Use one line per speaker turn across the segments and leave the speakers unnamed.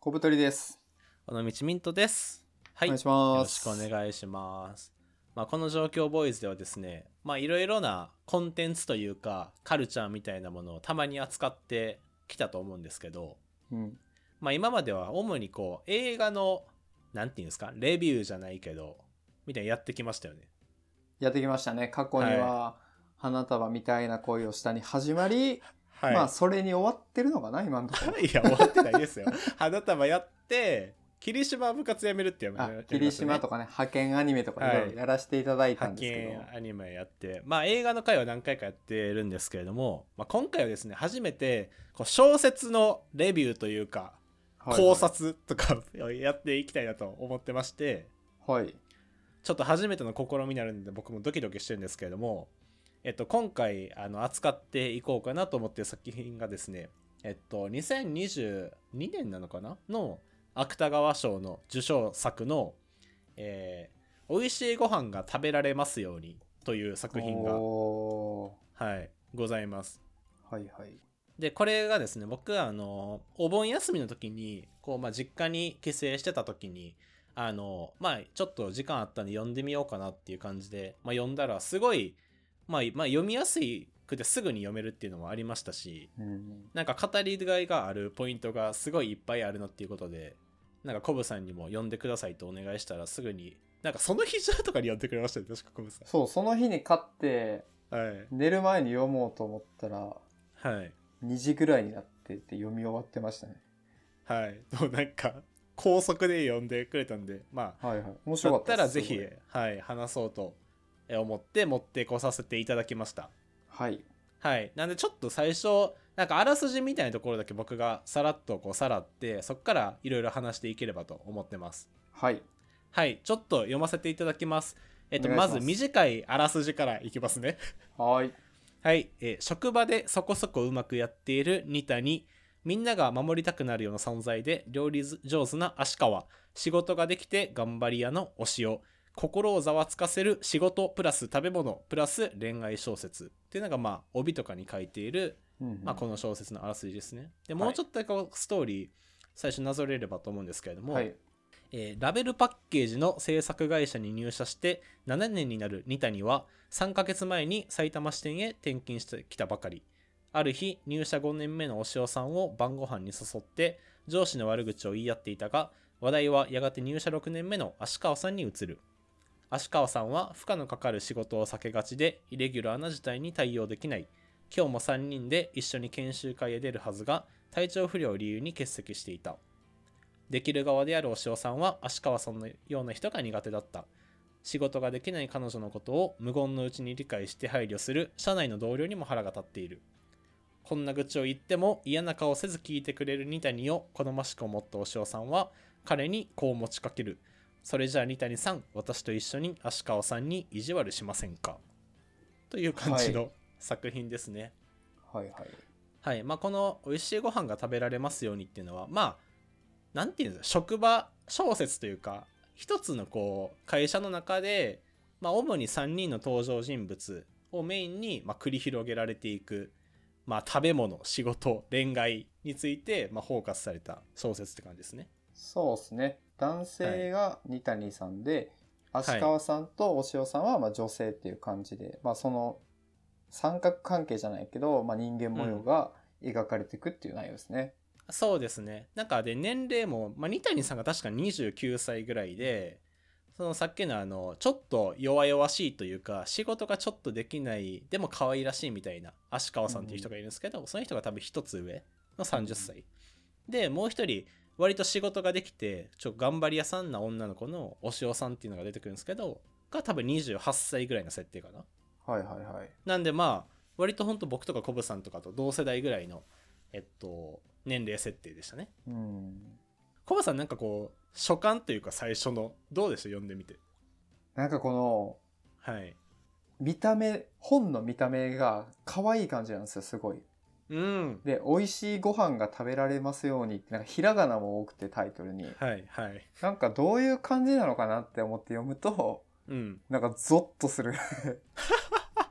小太りです。
尾道ミントです。は
お願い
い、よ
しま
ろ
す
し。くお願いします。まあ、この状況ボーイズではですね、まあ、いろいろなコンテンツというか、カルチャーみたいなものをたまに扱ってきたと思うんですけど、
うん。
まあ、今までは主にこう、映画の、なんていうんですか、レビューじゃないけど、みたいなのやってきましたよね。
やってきましたね。過去には、花束みたいな恋をしたに始まり、
はい。
まあ、それに終わってるのかな、今のところ。
いや、終わってないですよ。 花束やって、霧島部活やめるってやめ
あ
やめま、したね
霧島とかね、派遣アニメとかいろいろやらせていただいたん
派
ですけど、
遣アニメやってまあ映画の回は何回かやってるんですけれども、まあ、今回はですね初めてこう小説のレビューというか
はい
考察とかやっていきたいなと思ってまして
はい。
ちょっと初めての試みになるんで僕もドキドキしてるんですけれども、えっと、今回あの扱っていこうかなと思ってる作品がですねえっと2022年なのかなの芥川賞の受賞作の「えー、美味しいご飯が食べられますように」という作品が
お
はい、ございます。
ーはいはい。
で、これがですね、僕はあの、お盆休みの時に、こう、まあ、実家に帰省してた時に、あの、まあ、ちょっと時間あったんで読んでみようかなっていう感じで、まあ、読んだら、すごい、まあ、まあ、読みやすくてすぐに読めるっていうのもありましたし、
うん。
なんか語りがいがあるポイントがすごいいっぱいあるなっていうことで、なんかコブさんにも読んでくださいとお願いしたらすぐに、なんかその日中とかに読んでくれましたね、確かコブさ
そう、その日に買って、
ん。はい。
寝る前に読もうと思ったら、
はい。
2時ぐらいになってて読み終わってましたね。
はい。もうなんか、高速で読んでくれたんで、まあ、
はいはい。面
だ
白かっ
ったた
で
ら
す
ぜ
す
ひ
ごい、
はい、話そうと思って持ってこさせていただきました。
はい。
はい。なんでちょっと最初、なんかあらすじみたいなところだけ僕がさらっとこうさらって、そっからいろいろ話していければと思ってます。
はい。
はい。ちょっと読ませていただきます。えっと、
お願い
ま
します
ず短いあらすじからいきますね。
はい。
はい、えー職場でそこそこうまくやっている二谷みんなが守りたくなるような存在で料理上手な芦川仕事ができて頑張り屋のお塩心をざわつかせる仕事プラス食べ物プラス恋愛小説っていうのがまあ帯とかに書いている、
うんうん
まあ、この小説のあらすじですね。で
はい
もうちょっとだけこうストーリー最初なぞれればと思うんですけれども、
はい。
えーラベルパッケージの制作会社に入社して7年になる二谷は3ヶ月前に埼玉支店へ転勤してきたばかりある日入社5年目のお塩さんを晩ご飯に誘って上司の悪口を言い合っていたが話題はやがて入社6年目の芦川さんに移る芦川さんは負荷のかかる仕事を避けがちでイレギュラーな事態に対応できない今日も3人で一緒に研修会へ出るはずが体調不良を理由に欠席していたできる側であるお塩さんは芦川さんのような人が苦手だった仕事ができない彼女のことを無言のうちに理解して配慮する社内の同僚にも腹が立っているこんな愚痴を言っても嫌な顔せず聞いてくれる二谷を好ましく思ったお塩さんは彼にこう持ちかけるそれじゃあ二谷さん私と一緒に芦川さんに意地悪しませんかという感じの作品ですね、
はいはい。
はいまあ、この「美味しいご飯が食べられますように」っていうのはまあなんていうんですか職場小説というか一つのこう会社の中で、まあ、主に3人の登場人物をメインに、まあ、繰り広げられていく、まあ、食べ物仕事恋愛について、まあ、フォーカスされた小説って感じですね。
そうですね。男性が二谷さんで、芦川さんとお塩さんはまあ女性っていう感じで、まあその三角関係じゃないけど、まあ人間模様が描かれていくっていう内容ですね。
そうですね。なんかで年齢も、まあ、二谷さんが確か29歳ぐらいで、そのさっきのあの、ちょっと弱々しいというか、仕事がちょっとできない、でも可愛らしいみたいな、芦川さんっていう人がいるんですけど、その人が多分一つ上の30歳。で、もう一人、割と仕事ができて、ちょっと頑張り屋さんな女の子のお塩さんっていうのが出てくるんですけど、が多分28歳ぐらいの設定かな。
はいはいはい。
なんでまあ割と本当僕とかコブさんとかと同世代ぐらいのえっと年齢設定でしたね
うん。
コブさんなんかこう初感というか最初のどうでした読んでみて
なんかこの
はい
見た目、本の見た目が可愛い感じなんですよ、すごい。
うん
で、美味しいご飯が食べられますようにって、なんかひらがなも多くてタイトルに。
はいはい
なんかどういう感じなのかなって思って読むと、
うん
なんかゾッとする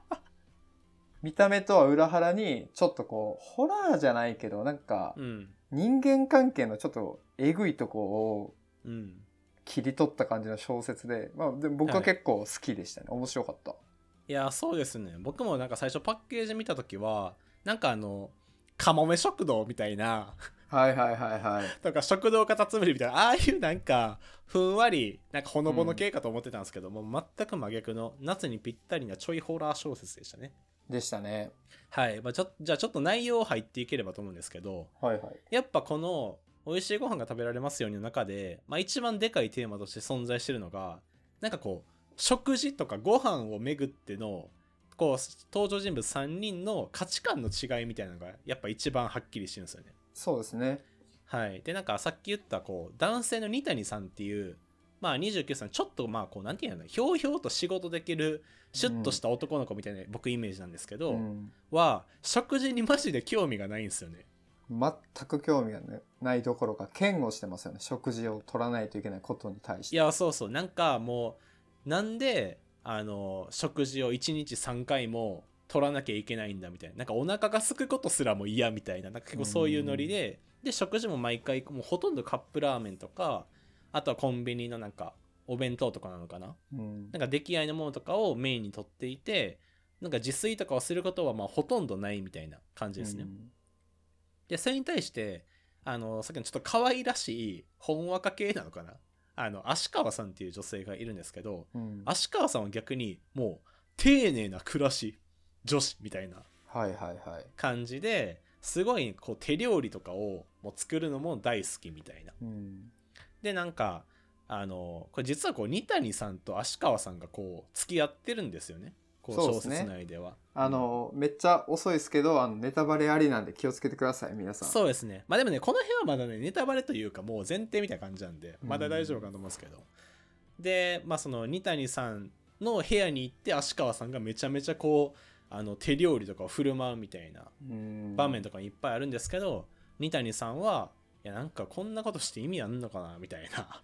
見た目とは裏腹にちょっとこうホラーじゃないけどなんか
うん
人間関係のちょっとえぐいとこを
うん。
切り取った感じの小説で,、まあ、でも僕は結構好きでしたね、面白かった
いや、そうですね。僕もなんか最初パッケージ見たときは、なんかあの、カモメ食堂みたいな、
はいはいはいはい
とか食堂カタツムリみたいな、ああいうなんか、ふんわり、なんかほのぼの系かと思ってたんですけど、もう全く真逆の、夏にぴったりなちょいホラー小説でしたね。
でしたね
はい。まあ、ちょじゃあちょっと内容入っていければと思うんですけど、
はいはい
やっぱこの「美味しいご飯が食べられますように」の中で、まあ、一番でかいテーマとして存在してるのがなんかこう食事とかご飯をめぐってのこう登場人物3人の価値観の違いみたいなのがやっぱ一番はっきりしてるんですよね。
そうですね
はい、でなんかさっき言ったこう男性の二谷さんっていう、まあ、29歳のちょっとまあこうなんていうんだろうひょうひょうと仕事できるシュッとした男の子みたいな、僕イメージなんですけど、
うん、
は食事にマジで興味がないんですよね。
全く興味がねないどころか嫌悪してますよね食事を取らないといけないことに対し
い
て
やそうそうなんかもうなんであの食事を1日3回も取らなきゃいけないんだみたいななんかお腹がすくことすらも嫌みたいななんか結構そういうノリでで食事も毎回もうほとんどカップラーメンとかあとはコンビニのなんかお弁当とかなのかな
うん
なんか出来合いのものとかをメインに取っていてなんか自炊とかをすることはまあほとんどないみたいな感じです
う
ね、
ん
でそれに対してあのさっきのちょっと可愛らしいほんわか系なのかなあの芦川さんっていう女性がいるんですけど
うん
芦川さんは逆にもう丁寧な暮らし女子みたいな
はいはいはい
感じですごいこう手料理とかをもう作るのも大好きみたいな
うん
でなんかあのこれ実はこう二谷さんと芦川さんがこう付き合ってるんですよねこう
そうで
小
すね
説内では
あのめっちゃ遅いですけどあのネタバレありなんで気をつけてください皆さん
そうですね。まあでもね、この辺はまだね、ネタバレというか、もう前提みたいな感じなんで、
うん
まだ大丈夫かなと思うんですけど。で、まあその、二谷さんの部屋に行って、芦川さんがめちゃめちゃこう、あの手料理とかを振る舞うみたいな
うん
場面とかいっぱいあるんですけど、二谷さんは、いや、なんかこんなことして意味あんのかな、みたいな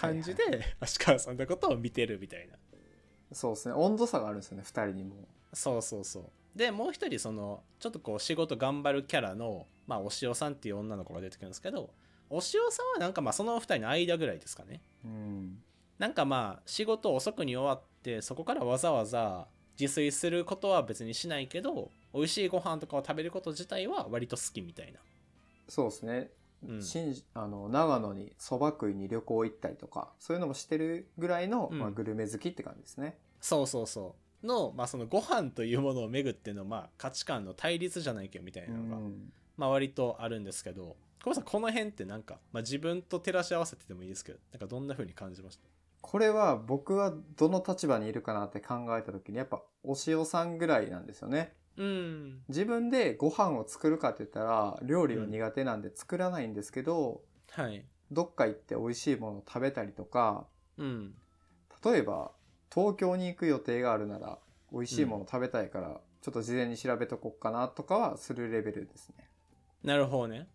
感じ
はいはい
で、芦川さんのことを見てるみたいな。
そうですね温度差があるんですよね2人にも
そうそうそう。で、もう一人、その、ちょっとこう、仕事頑張るキャラの、まあ、おしおさんっていう女の子が出てくるんですけど、おしおさんはなんかまあ、その二人の間ぐらいですかね。
うん
なんかまあ、仕事遅くに終わって、そこからわざわざ自炊することは別にしないけど、美味しいご飯とかを食べること自体は割と好きみたいな。
そうですね、
うん
しんあの長野にそば食いに旅行行ったりとかそういうのもしてるぐらいの、
うん
まあ、グルメ好きって感じですね
そうそうそう。の、まあ、そのご飯というものをめぐっての、まあ、価値観の対立じゃないけどみたいなのが、
うん
まあ、割とあるんですけど、小林さん、この辺ってなんか、まあ、自分と照らし合わせてでもいいですけど、なんかどんな風に感じました
これは僕はどの立場にいるかなって考えた時にやっぱお塩さんぐらいなんですよね
うん。
自分でご飯を作るかって言ったら料理は苦手なんで作らないんですけど、
はい。
どっか行って美味しいものを食べたりとか
うん。
例えば東京に行く予定があるなら美味しいもの食べたいから、ちょっと事前に調べとこっかなとかはするレベルですね。
なるほどね。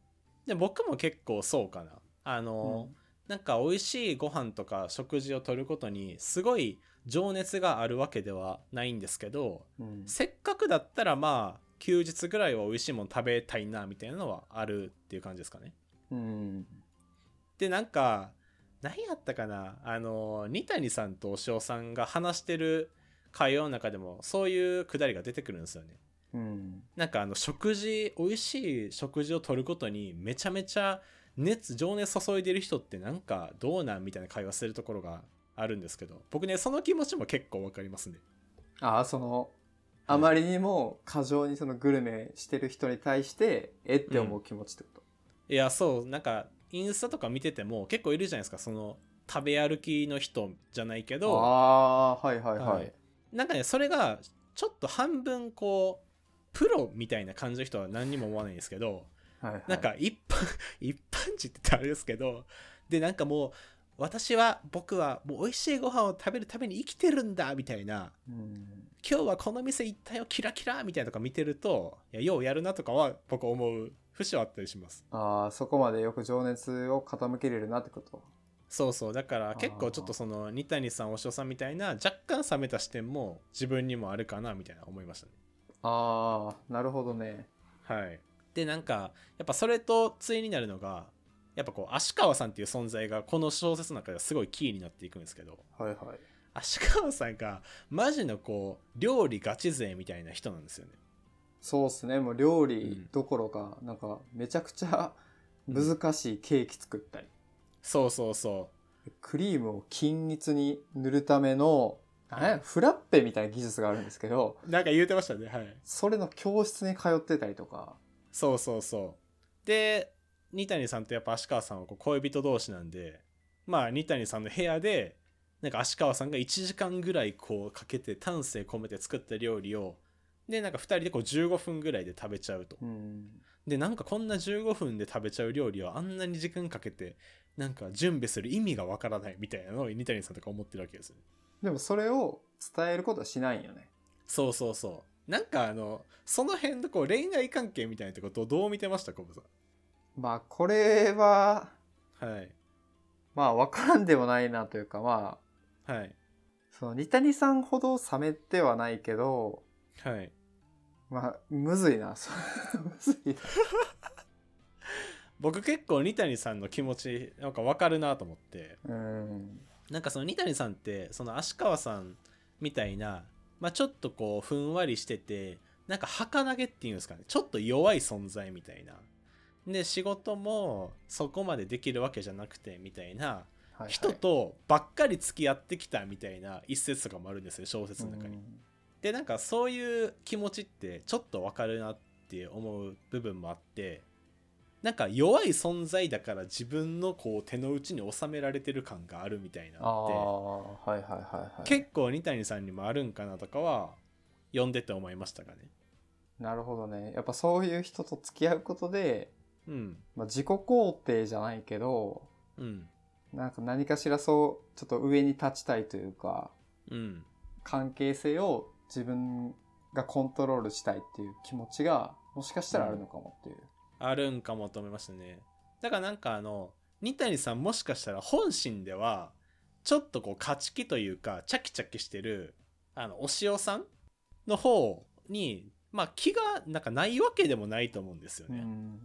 で、僕も結構そうかな。あの、なんか美味しいご飯とか食事をとることに、すごい情熱があるわけではないんですけど、
うん
せっかくだったらまあ、休日ぐらいは美味しいもの食べたいな、みたいなのはあるっていう感じですかね。
うん
でなんか何やったかなあの二谷さんとお塩さんが話してる会話の中でもそういうくだりが出てくるんですよね
うん
なんかあの食事美味しい食事をとることにめちゃめちゃ熱情熱注いでる人ってなんかどうなんみたいな会話するところがあるんですけど僕ねその気持ちも結構わかりますね
ああそのあまりにも過剰にそのグルメしてる人に対してえって思う気持ちってこと。
いやそうなんかインスタとか見てても結構いるじゃないですかその食べ歩きの人じゃないけど
ああーはいはいはい。
はいなんかねそれがちょっと半分こうプロみたいな感じの人は何にも思わないんですけど
はいはい
なんか一般 一般人って言ったらあれですけどでなんかもう私は僕はもう美味しいご飯を食べるために生きてるんだみたいな
うん
今日はこの店一体をキラキラみたいなとか見てるといやようやるなとかは僕思う節はあったりします
ああそこまでよく情熱を傾けれるなってこと。
そうそうだから
ー
結構ちょっとその二谷さんおしおさんみたいな若干冷めた視点も自分にもあるかなみたいな思いましたね
ああなるほどね。
はい。でなんかやっぱそれと対になるのがやっぱこう芦川さんっていう存在がこの小説の中ではすごいキーになっていくんですけど
はいはい。
芦川さんがマジのこう料理ガチ勢みたいな人なんですよね。
そうっすね。もう料
う
理
ん
どころか、なんかめちゃくちゃ難しいケーキ作ったり、
そうそうそ
クリームを均一に塗るための、あれフラッペみたいな技術があるんですけど、
うなんか言うてましたねはい
それの教室に通ってたりとか、
そうそうそうで二谷さんとやっぱ芦川さんはこう恋人同士なんでまあ二谷さんの部屋でなんか芦川さんが1時間ぐらいこうかけて丹精込めて作った料理をでなんか2人でこう15分ぐらいで食べちゃうと
うん、
でなんかこんな15分で食べちゃう料理をあんなに時間かけてなんか準備する意味がわからないみたいなのを二谷さんとか思ってるわけですよね
でもそれを伝えることはしないんよね。
そうそうそうなんかあのその辺のこう恋愛関係みたいなとことをどう見てましたコブさ
まあこれは、
んはい
まあ分からんでもないなというか、まあ、
はい
その二谷さんほど冷めてはないけど、
はい
まあ、むずいな。 そうむずいな。
僕結構二谷さんの気持ちなんかわかるなと思って
うん。
なんかその二谷さんってその芦川さんみたいな、まあ、ちょっとこうふんわりしててなんか儚げっていうんですかねちょっと弱い存在みたいなで仕事もそこまでできるわけじゃなくてみたいな
はいはい
人とばっかり付き合ってきたみたいな一節とかもあるんですよ小説の中に。
うん
でなんかそういう気持ちってちょっとわかるなって思う部分もあってなんか弱い存在だから自分のこう手の内に収められてる感があるみたいな
ああ
のっ
はいはいはいは
て
い
結構二谷さんにもあるんかなとかは読んでて思いましたがね。
なるほどねやっぱそういう人と付き合うことで、
うん
まあ、自己肯定じゃないけど
うん
なんか何かしらそうちょっと上に立ちたいというか
うん
関係性を自分がコントロールしたいっていう気持ちがもしかしたらあるのかもっていう、
あるんかもと思いましたね。だからなんかあの二谷さんもしかしたら本心ではちょっとこう勝ち気というかチャキチャキしてるあのお塩さんの方にまあ気がなんかないわけでもないと思うんですよね。
うん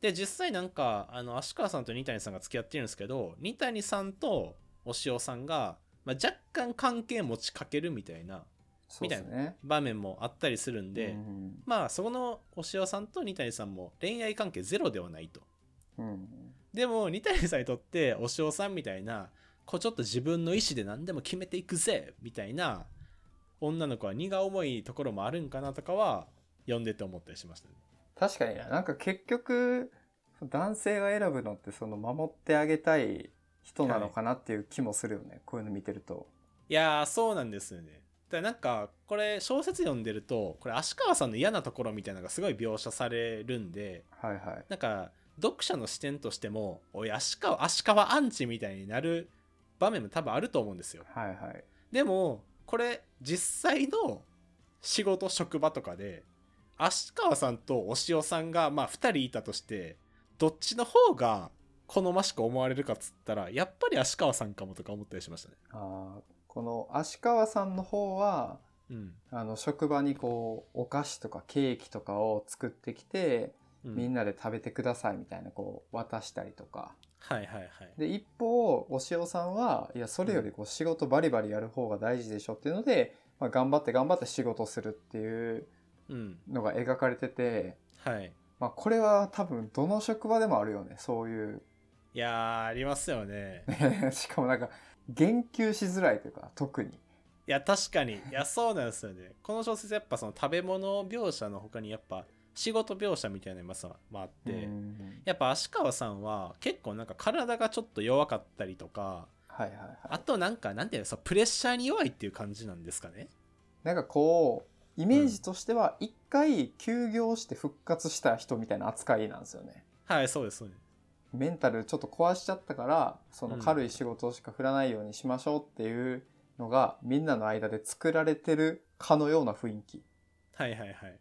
で実際なんかあの芦川さんと二谷さんが付き合ってるんですけど二谷さんとお塩さんが、まあ、若干関係持ちかけるみたいな
そうですね
場面もあったりするんで、
うん
まあそこのお塩さんと二谷さんも恋愛関係ゼロではないと。
うん
でも二谷さんにとってお塩さんみたいなこうちょっと自分の意思で何でも決めていくぜみたいな女の子は荷が重いところもあるんかなとかは読んでて思ったりしましたね。
確かにななんか結局男性が選ぶのってその守ってあげたい人なのかなっていう気もするよね、こういうの見てると。
いやーそうなんですよね。だからなんかこれ小説読んでるとこれ芦川さんの嫌なところみたいなのがすごい描写されるんで
はいはい。
なんか読者の視点としてもおい芦川芦川アンチみたいになる場面も多分あると思うんですよ。
はいはい。
でもこれ実際の仕事職場とかで芦川さんとお塩さんがまあ2人いたとしてどっちの方が好ましく思われるかっつったらやっぱり芦川さんかもとか思ったりしましたね。
あーこの芦川さんの方は、
うん
あの、職場にこう、お菓子とかケーキとかを作ってきて、
うん、
みんなで食べてくださいみたいな、こう、渡したりとか。
はいはいはい。
で、一方、お塩さんは、いや、それよりこう、仕事バリバリやる方が大事でしょっていうので、まあ、頑張って頑張って仕事するっていう
うん
のが描かれてて、
はい、
まあ、これは多分、どの職場でもあるよね、そういう。
いやーありますよね。
しかもなんか、言及しづらいというか、特に。
いや確かにいやそうなんですよね。この小説やっぱその食べ物描写の他にやっぱ仕事描写みたいなのもさまああって。
うん
やっぱ芦川さんは結構なんか体がちょっと弱かったりとか
はいはいはい。
あとなんかなんていうのそうプレッシャーに弱いっていう感じなんですかね
なんかこうイメージとしては一回休業して復活した人みたいな扱いなんですよね。
はいそうですそうです
メンタルちょっと壊しちゃったからその
うん
軽い仕事しか振らないようにしましょうっていうのがみんなの間で作られてるかのような雰囲気。
はいはいはい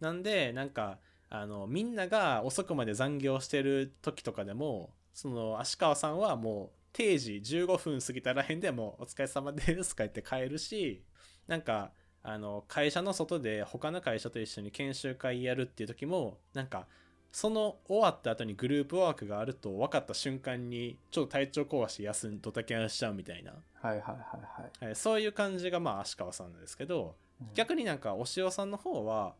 なんでなんかあのみんなが遅くまで残業してる時とかでもその芦川さんはもう定時15分過ぎたらへんでもうお疲れ様ですとか言って帰るしなんかあの会社の外で他の会社と一緒に研修会やるっていう時もなんかその終わった後にグループワークがあると分かった瞬間にちょっと体調壊して休んドタキャンしちゃうみたいな、
はいはいはいはい。
はい、そういう感じがまあ芦川さんなんですけど
うん
逆になんかお塩さんの方は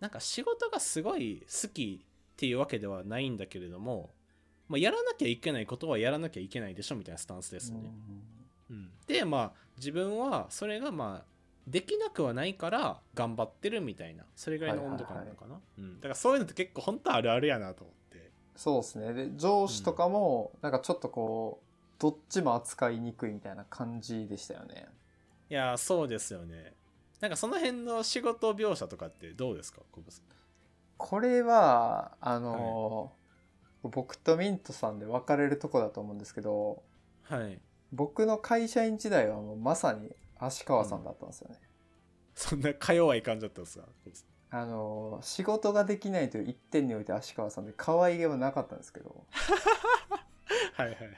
なんか仕事がすごい好きっていうわけではないんだけれども、まあ、やらなきゃいけないことはやらなきゃいけないでしょみたいなスタンスですよね。うんでまあ自分はそれがまあできなくはないから頑張ってるみたいなそれぐらいの温度感なのかな、うん、だからそういうのって結構本当あるあるやなと思って
そうですね。で、上司とかも、なんかちょっとこう、どっちも扱いにくいみたいな感じでしたよね。
いやーそうですよねなんかその辺の仕事描写とかってどうですか小渕さん
これは、あのー僕とミントさんで分かれるとこだと思うんですけど、
はい
僕の会社員時代はもうまさに芦川さんだったんですよね。
そんなか弱い感じだったんですか小渕さん
あのー仕事ができないという一点において芦川さんで可愛げはなかったんですけど、
はいはいはい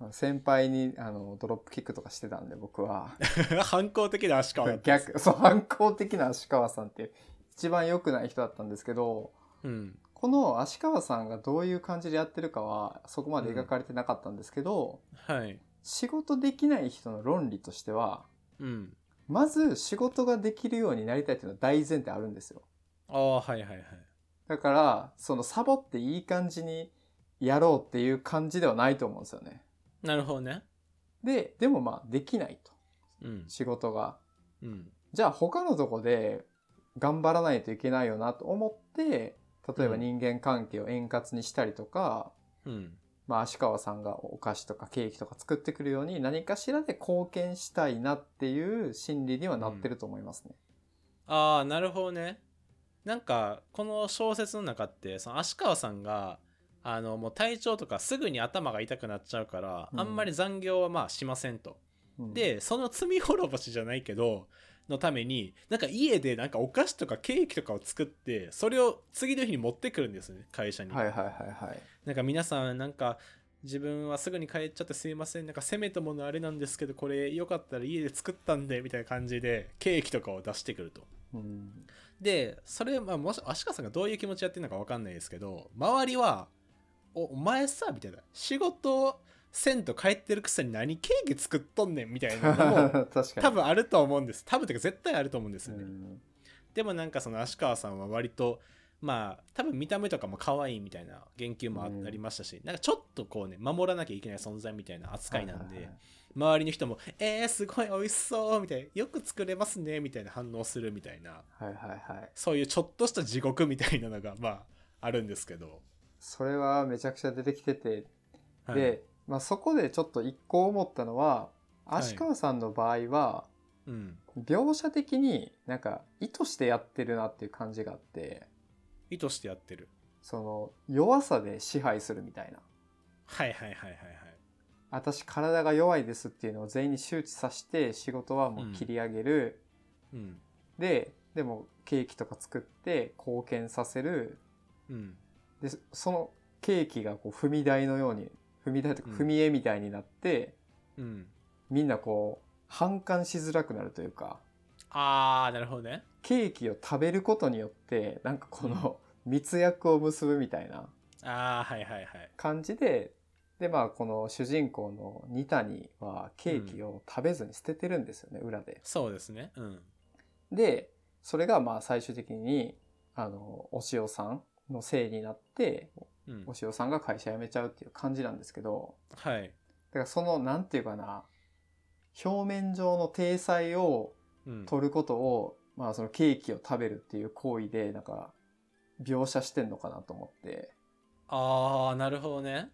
まあ先輩にあのドロップキックとかしてたんで僕は、
反抗的な足川だったんです
逆、そう、反抗的な芦川さんっていう一番良くない人だったんですけど、
うん
この芦川さんがどういう感じでやってるかはそこまで描かれてなかったんですけど、
はい
仕事できない人の論理としては
うん
まず仕事ができるようになりたいというのは大前提あるんですよ
ああはいはいはい
だからそのサボっていい感じにやろうっていう感じではないと思うんですよね
なるほどね
ででもまあできないと
うん
仕事が
うん
じゃあ他のとこで頑張らないといけないよなと思って例えば人間関係を円滑にしたりとか、
うん
まあ、芦川さんがお菓子とかケーキとか作ってくるように何かしらで貢献したいなっていう心理にはなってると思いますね。
ああなるほどねなんかこの小説の中ってその足川さんがあのもう体調とかすぐに頭が痛くなっちゃうから、
うん
あんまり残業はまあしませんと
うん、
でその罪滅ぼしじゃないけどのためになんか家でなんかお菓子とかケーキとかを作ってそれを次の日に持ってくるんですね会社に、
はいはいはいはい。
なんか皆さんなんか自分はすぐに帰っちゃってすいませんなんかせめたものあれなんですけどこれよかったら家で作ったんでみたいな感じでケーキとかを出してくると
うん、
でそれ、まあ、もし足利さんがどういう気持ちでやってるのか分かんないですけど周りは「おお前さ」みたいな「仕事せんと帰ってるくせに何ケーキ作っとんねん」みたいなのも
確かに。
多分あると思うんです多分というか絶対あると思うんですよ
う
ね、
ん
でもなんかその芦川さんは割とまあ多分見た目とかも可愛いみたいな言及もあ
うん
ありましたし、なんかちょっとこうね守らなきゃいけない存在みたいな扱いなんで、
はいはいはい
周りの人も「えー、すごい美味しそう」みたいな「よく作れますね」みたいな反応するみたいな
はいはいはい。
そういうちょっとした地獄みたいなのがまああるんですけど、
それはめちゃくちゃ出てきてて、
はい
で、まあ、そこでちょっと一個思ったのは、
はい
芦川さんの場合は、
うん、
描写的になんか意図してやってるなっていう感じがあって、
意図してやってる
その弱さで支配するみたいな。
はいはいはいはいはい
私体が弱いですっていうのを全員に周知させて仕事はもう切り上げる、
うん
ででもケーキとか作って貢献させる
うん
でそのケーキがこう踏み台のように踏み台とか
うん
踏み絵みたいになって、
うん
みんなこう反感しづらくなるというか
ああなるほどね
ケーキを食べることによってなんかこの密約を結ぶみたいな
ああはいはいはい
感じででまあこの主人公の二谷はケーキを食べずに捨ててるんですよね、裏で。
そうですねうん
でそれがまあ最終的にあのお塩さんのせいになって
うん
お塩さんが会社辞めちゃうっていう感じなんですけど
はい。
だからそのなんていうかな表面上の体裁を
うん、
取ることを、まあそのケーキを食べるっていう行為でなんか描写してんのかなと思って
ああ、なるほどね。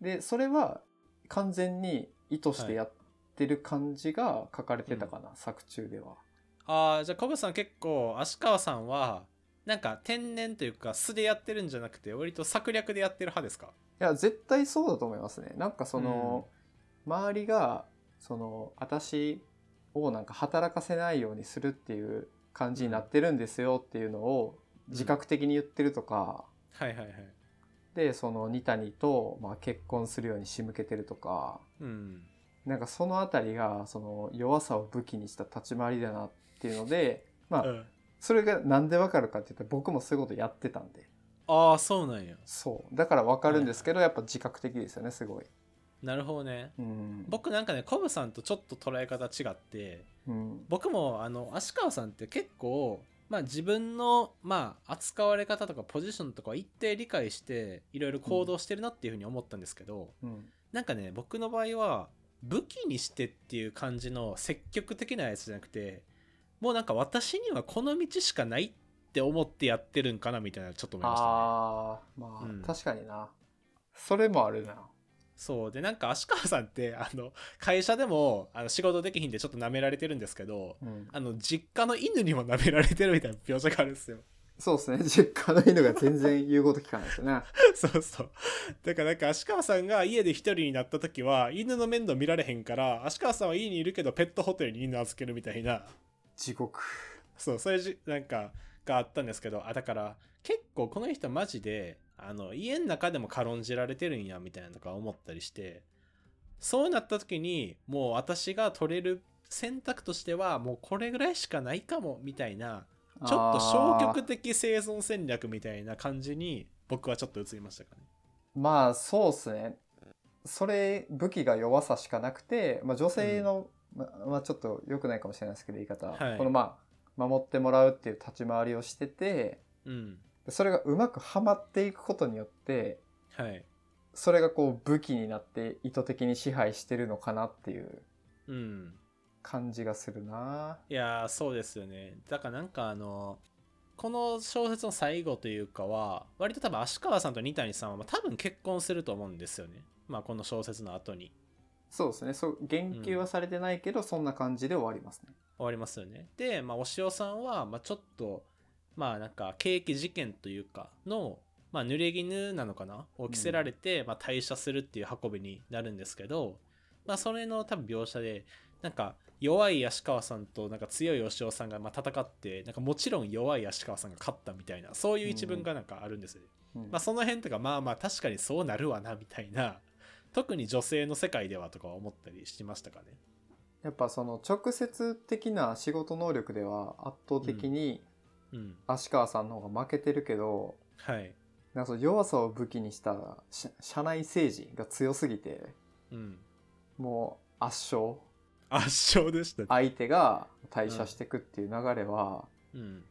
でそれは完全に意図してやってる感じが書かれてたかな、作中では。
ああ、じゃあ、コブさん結構、芦川さんは、なんか天然というか素でやってるんじゃなくて割と策略でやってる派ですか
いや絶対そうだと思いますねなんかその、周りがその私をなんか働かせないようにするっていう感じになってるんですよっていうのを自覚的に言ってるとか、
はいはいはい
でその二谷と、まあ、結婚するように仕向けてるとか
うん
なんかその辺りがその弱さを武器にした立ち回りだなっていうのでまあ
うん
それがなんでわかるかって言ったら僕もそういうことやってたんで
あああそうなんや
そうだから分かるんですけどやっぱ自覚的ですよねすごい。
なるほどね
うん
僕なんかねコブさんとちょっと捉え方違って
うん
僕もあの芦川さんって結構、まあ、自分の、まあ、扱われ方とかポジションとかを一定理解していろいろ行動してるなっていうふうに思ったんですけど、
うん
なんかね僕の場合は武器にしてっていう感じの積極的なやつじゃなくてもうなんか私にはこの道しかないって思ってやってるんかなみたいなちょっと思いましたね。
あーまあ、
うん
確かになそれもあるな
そうでなんか芦川さんってあの会社でもあの仕事できひんでちょっと舐められてるんですけど
うん
あの実家の犬にも舐められてるみたいな描写があるんですよ。
そうですね実家の犬が全然言うこと聞かないですよね
そうそう。だからなんか芦川さんが家で一人になった時は犬の面倒見られへんから芦川さんは家にいるけどペットホテルに犬預けるみたいな
地獄
そうそれじなんかがあったんですけどあだから結構この人マジであの家の中でも軽んじられてるんやみたいなのとか思ったりしてそうなった時にもう私が取れる選択としてはもうこれぐらいしかないかもみたいなちょっと消極
あー
的生存戦略みたいな感じに僕はちょっと映りましたかね。
まあそうですねそれ武器が弱さしかなくて、まあ、女性の、ままあちょっと良くないかもしれないですけど言い方、
はい
このまあ守ってもらうっていう立ち回りをしてて
うん
それがうまくはまっていくことによって
はい
それがこう武器になって意図的に支配してるのかなっていう
うん、
感じがするない
やーそうですよねだからなんかあのこの小説の最後というかは割と多分芦川さんと二谷さんはまあ多分結婚すると思うんですよねまあこの小説の後に
そうですねそう言及はされてないけど、そんな感じで終わりますね
終わりますよねでまあ押尾さんはまあちょっとまあなんか景気事件というかのまあ濡れ衣なのかなを着せられて、まあ退社するっていう運びになるんですけどまあそれの多分描写でなんか弱い芦川さんとなんか強い押尾さんがまあ戦ってなんかもちろん弱い芦川さんが勝ったみたいなそういう一文がなんかあるんですよね、
うん
まあその辺とかまあまあ確かにそうなるわなみたいな特に女性の世界ではとか思ったりしましたかね
やっぱその直接的な仕事能力では圧倒的に
うん
芦川さんの方が負けてるけど、
はい
なんかその弱さを武器にしたし社内政治が強すぎて
うん
もう圧勝
圧勝でしたね。
相手が退社していくっていう流れは
うん、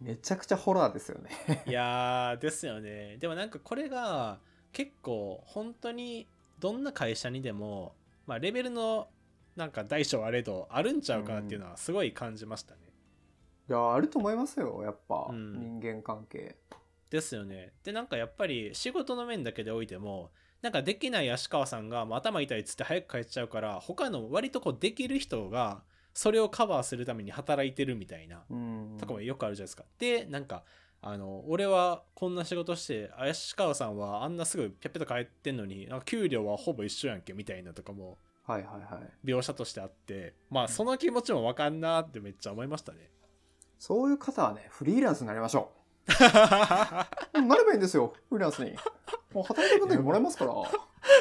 めちゃくちゃホラーですよね。
いやーですよね。でもなんかこれが結構本当にどんな会社にでも、まあ、レベルのなんか大小あれどあるんちゃうかなっていうのはすごい感じましたね。
いやあると思いますよやっぱ、
うん
人間関係。
ですよね。でなんかやっぱり仕事の面だけでおいてもなんかできない芦川さんがもう頭痛いっつって早く帰っちゃうから他の割とこうできる人がそれをカバーするために働いてるみたいな
うん、
とかもよくあるじゃないですか。でなんかあの俺はこんな仕事して林川さんはあんなすぐぴゃっぴゃと帰ってんのになんか給料はほぼ一緒やんけみたいなとかも
はいはいはい。
描写としてあってまあその気持ちもわかんなーってめっちゃ思いましたね。
そういう方はねフリーランスになりましょう。うんなればいいんですよフリーランスに。もう働いた分だけもらえます から。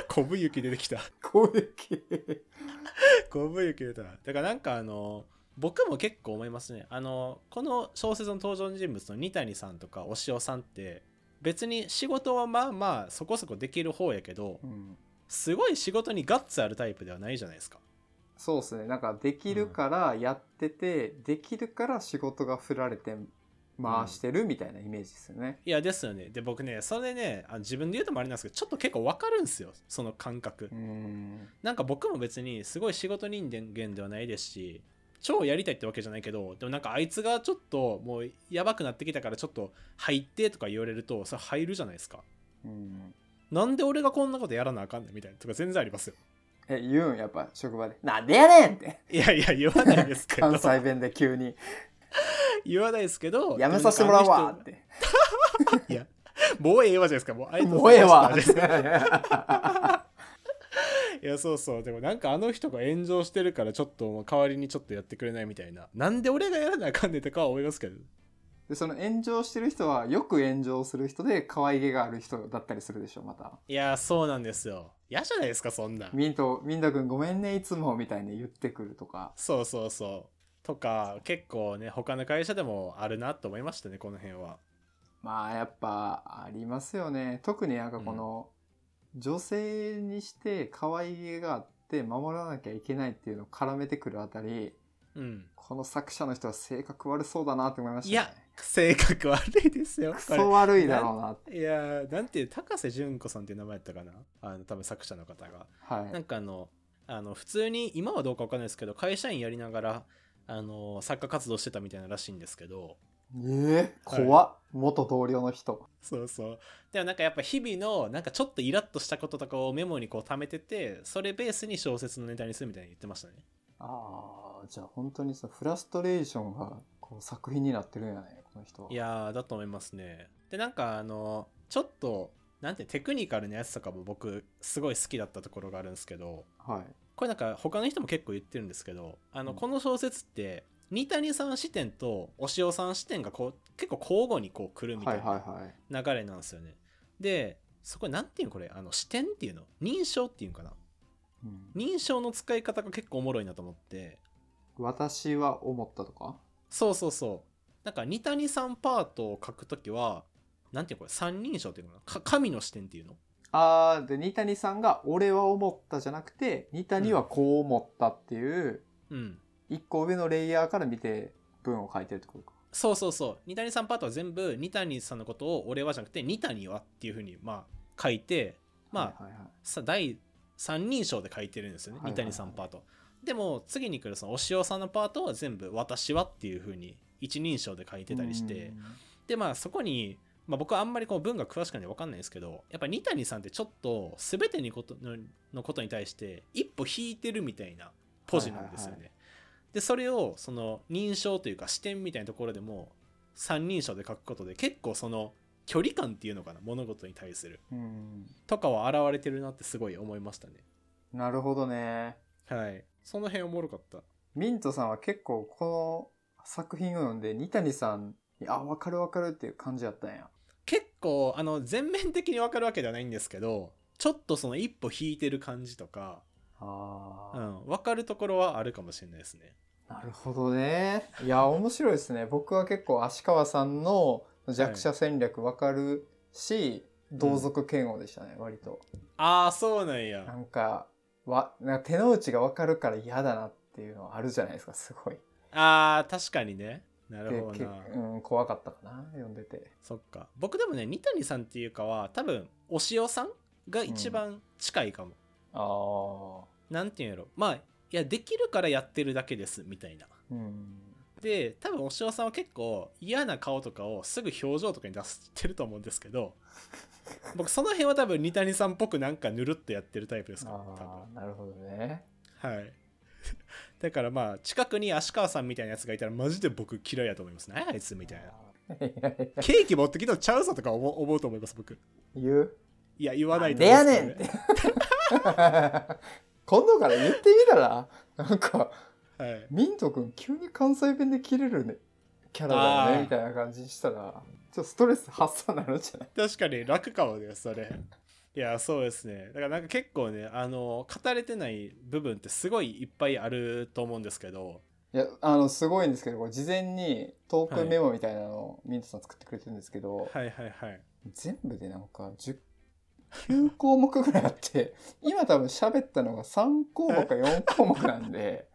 小ぶゆき出てきた。
攻撃。
小ぶゆき出た。だからなんかあの僕も結構思いますね。あのこの小説の登場人物の二谷さんとか押尾さんって別に仕事はまあまあそこそこできる方やけど
うん、
すごい仕事にガッツあるタイプではないじゃないですか。
そうですねなんかできるからやってて、できるから仕事が振られて回してるみたいなイメージですよね。
いやですよねで僕ねそれねあ自分で言うともあれなんですけどちょっと結構わかるんですよその感覚
うん
なんか僕も別にすごい仕事人間ではないですし超やりたいってわけじゃないけどでもなんかあいつがちょっともうやばくなってきたからちょっと入ってとか言われるとそれ入るじゃないですか
うん
なんで俺がこんなことやらなあかんねんみたいなとか全然ありますよ
え言うんやっぱ職場で「なんでやねん!」 って
いやいや言わないですけど
関西弁で急に
言わないですけ
「
ど
やめさせてもらうわ!」って
いやもうええわじゃないですかもうあ
「
いつ
もうええわ!」
じゃないですか
っ
いやそうそうでもなんかあの人が炎上してるからちょっと代わりにちょっとやってくれないみたいななんで俺がやらなあかんねんとかは思いますけど
て でその炎上してる人はよく炎上する人で可愛げがある人だったりするでしょまた
いやそうなんですよ嫌じゃないですかそんな
「
ん
ミントミント君ごめんねいつも」みたいに言ってくるとか
そうそうそうとか結構ね他の会社でもあるなと思いましたねこの辺は
まあやっぱありますよね。特になんかこの、女性にして可愛げがあって守らなきゃいけないっていうのを絡めてくるあたり、
うん、
この作者の人は性格悪そうだなって思いましたね。
いや性格悪いですよ
ク
これ
ソ悪いだろうな。
いやーなんていう高瀬純子さんっていう名前やったかなあの多分作者の方が
は。
ないんかあのあの普通に今はどうかわかんないですけど会社員やりながらあの作家活動してたみたいならしいんですけど
ええ怖っ、元同僚の人。
そうそうでもなんかやっぱ日々のなんかちょっとイラッとしたこととかをメモにこう貯めててそれベースに小説のネタにするみたいに言ってましたね
ああ、じゃあ本当にそのフラストレーションがこう作品になってるんやね、この人は。
いやーだと思いますねでなんかあのちょっとなんてテクニカルなやつとかも僕すごい好きだったところがあるんですけど
はい。
これなんか他の人も結構言ってるんですけどあの
うん
この小説って二谷さん視点と押尾さん視点がこう結構交互にこう来るみ
は
た
い
い
は
ない
はい。
流れなんですよね。でそこなんていうのこれあの視点っていうの認証っていうのかな
うん
認証の使い方が結構おもろいなと思って
私は思ったとか
そうそうそうなんか二谷さんパートを書くときはなんていうのこれ三人称っていうのかなか神の視点っていうの
ああ、で、二谷さんが俺は思ったじゃなくて、二谷はこう思ったっていう、
うん
一個上のレイヤーから見て文を書いてるってことか。
そうそうそう二谷さんパートは全部二谷さんのことを俺はじゃなくて二谷はっていうふうにまあ書いてまあ、
はいはいはい
さ第三人称で書いてるんですよね
はい
二
はいはい
谷さんパート、でも次に来るそのお塩さんのパートは全部「私は」っていうふうに一人称で書いてたりして、
うん
でまあそこに、まあ、僕はあんまりこう文が詳しくないんで分かんないですけどやっぱ二谷さんってちょっと全てにことののことに対して一歩引いてるみたいなポジなんですよね。
はいはい
でそれをその認証というか視点みたいなところでも三人称で書くことで結構その距離感っていうのかな物事に対する
うん
とかは現れてるなってすごい思いましたね。
なるほどね。
はい。その辺おもろかった。
ミントさんは結構この作品を読んで二谷さんに、あ、わかるわかるっていう感じやったんや。
結構、あの、全面的にわかるわけではないんですけど、ちょっとその一歩引いてる感じとか、
あ
う
あ、
ん、わかるところはあるかもしれないですね。
なるほどね。いや、面白いですね。僕は結構足川さんの弱者戦略わかるし、同族嫌悪でしたね、割と。
ああ、そうなんや。
なんか、わ、なんか手の内がわかるから嫌だなっていうのはあるじゃないですか、すごい。
ああ、確かにね。な
で
るほど
け
な。
うん、怖かったかな、読んでて。
そっか。僕でもね、二谷さんっていうかは、多分、お塩さんが一番近いかも。
ああ。
なんていうんやろ。まあ、いや、できるからやってるだけです、みたいな。
うん。
で多分お塩さんは結構嫌な顔とかをすぐ表情とかに出してると思うんですけど僕その辺は多分二谷さんっぽくなんかぬるっとやってるタイプですから
ああ、なるほどね。
多分はい だからまあ近くに芦川さんみたいなやつがいたらマジで僕嫌いやと思いますねあいつみたいな
あー。いやいや
ケーキ持ってきたのちゃうぞとか思う思うと思います僕
言う
いや言わないと
で
思
や
うん
ね
すけ
ん
ど
って。 今度から言ってみたら、なんか、
はい、
ミント君急に関西弁で切れるね、キャラだよ
あー
ね、みたいな感じにしたら、ちょっとストレス発散になるんじゃない
確かに楽かもねそれいやそうですねだからなんか結構ねあの語れてない部分ってすごいいっぱいあると思うんですけど
いや、あの、すごいんですけど、これ事前にトークメモみたいなのをミントさん作ってくれてるんですけど、
はいはいはい
全部でなんか10 9項目ぐらいあって今多分喋ったのが3項目か4項目なん で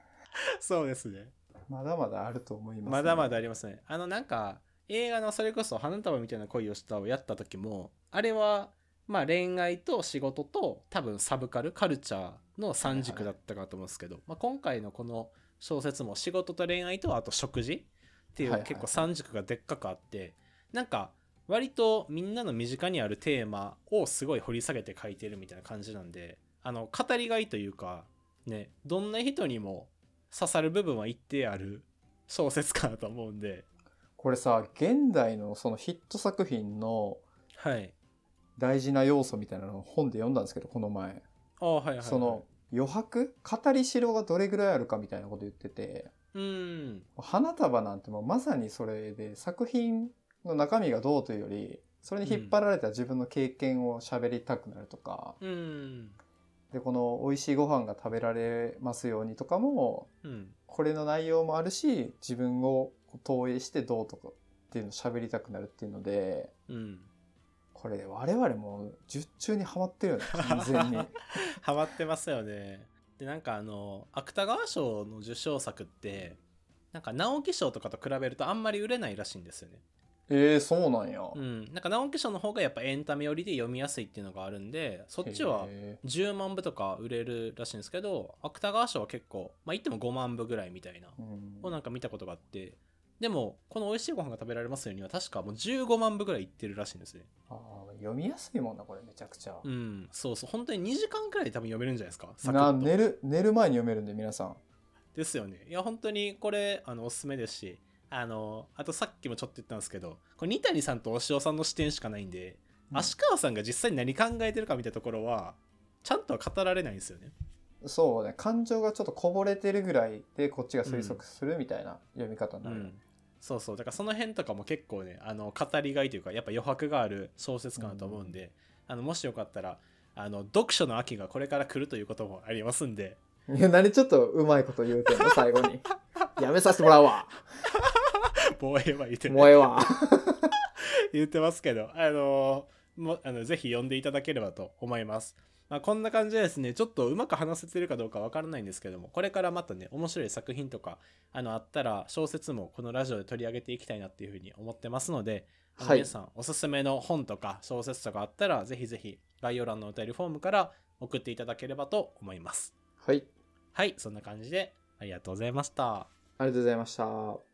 そうですね。
まだまだあると思います、
まだまだありますね。あのなんか映画のそれこそ花束みたいな恋をしたをやった時もあれはまあ恋愛と仕事と多分サブカルカルチャーの三軸だったかと思うんですけど、まあ、今回のこの小説も仕事と恋愛とあと食事ってい
はいは
う
い
結構三軸がでっかくあって、なんか割とみんなの身近にあるテーマをすごい掘り下げて書いてるみたいな感じなんであの語りがいというかねどんな人にも刺さる部分は一定ある小説かなと思うんで
これさ現代のそのヒット作品の
はい
大事な要素みたいなのを本で読んだんですけどこの前、
ああはいはい、はい、
その余白語りしろがどれぐらいあるかみたいなこと言ってて
うん
花束なんてもうまさにそれで作品の中身がどうというよりそれに引っ張られた自分の経験を喋りたくなるとか、
うん
でこの美味しいご飯が食べられますようにとかも
うん
これの内容もあるし自分を投影してどうとかっていうの喋りたくなるっていうので
うん
これ我々もう術中にはまってるよね完全 に
ハマってますよねでなんかあの芥川賞の受賞作ってなんか直木賞とかと比べるとあんまり売れないらしいんですよね
えー、そうなんや、
うんなんか直木賞の方がやっぱエンタメ寄りで読みやすいっていうのがあるんでそっちは
へ
10万部とか売れるらしいんですけど芥川賞は結構まあ言っても5万部ぐらいみたいな
ー、うん
をなんか見たことがあってでもこの「美味しいご飯が食べられますよ」には確かもう15万部ぐらいいってるらしいんですね
あー読みやすいもんなこれめちゃくちゃ、
うんそうそう本当に2時間くらいで多分読めるんじゃないですかサク
な
ッと
寝る寝る前に読めるんで皆さん
ですよねいや本当にこれあのおすすめですしあのあとさっきもちょっと言ったんですけどこれ二谷さんと押尾さんの視点しかないんで、
うん
足川さんが実際に何考えてるかみたいなところはちゃんとは語られないんですよね
そうね感情がちょっとこぼれてるぐらいでこっちが推測するみたいな読み方に
う
なる、
んそうそうだからその辺とかも結構ねあの語りがいというかやっぱ余白がある小説家だと思うんで、あのもしよかったらあの読書の秋がこれから来るということもありますんで
いや何ちょっとうまいこと言うてんの最後 にやめさせてもらうわ
防衛は言って
もうええわ
言ってますけど、あのもあのぜひ読んでいただければと思います。まあ、こんな感じでですね、ちょっとうまく話せてるかどうかわからないんですけども、これからまたね、面白い作品とか、あの、あったら、小説もこのラジオで取り上げていきたいなっていうふうに思ってますので、あの
はい
皆さん、おすすめの本とか小説とかあったら、ぜひぜひ概要欄のお便りフォームから送っていただければと思います。
はい
はい、そんな感じで、ありがとうございました。
ありがとうございました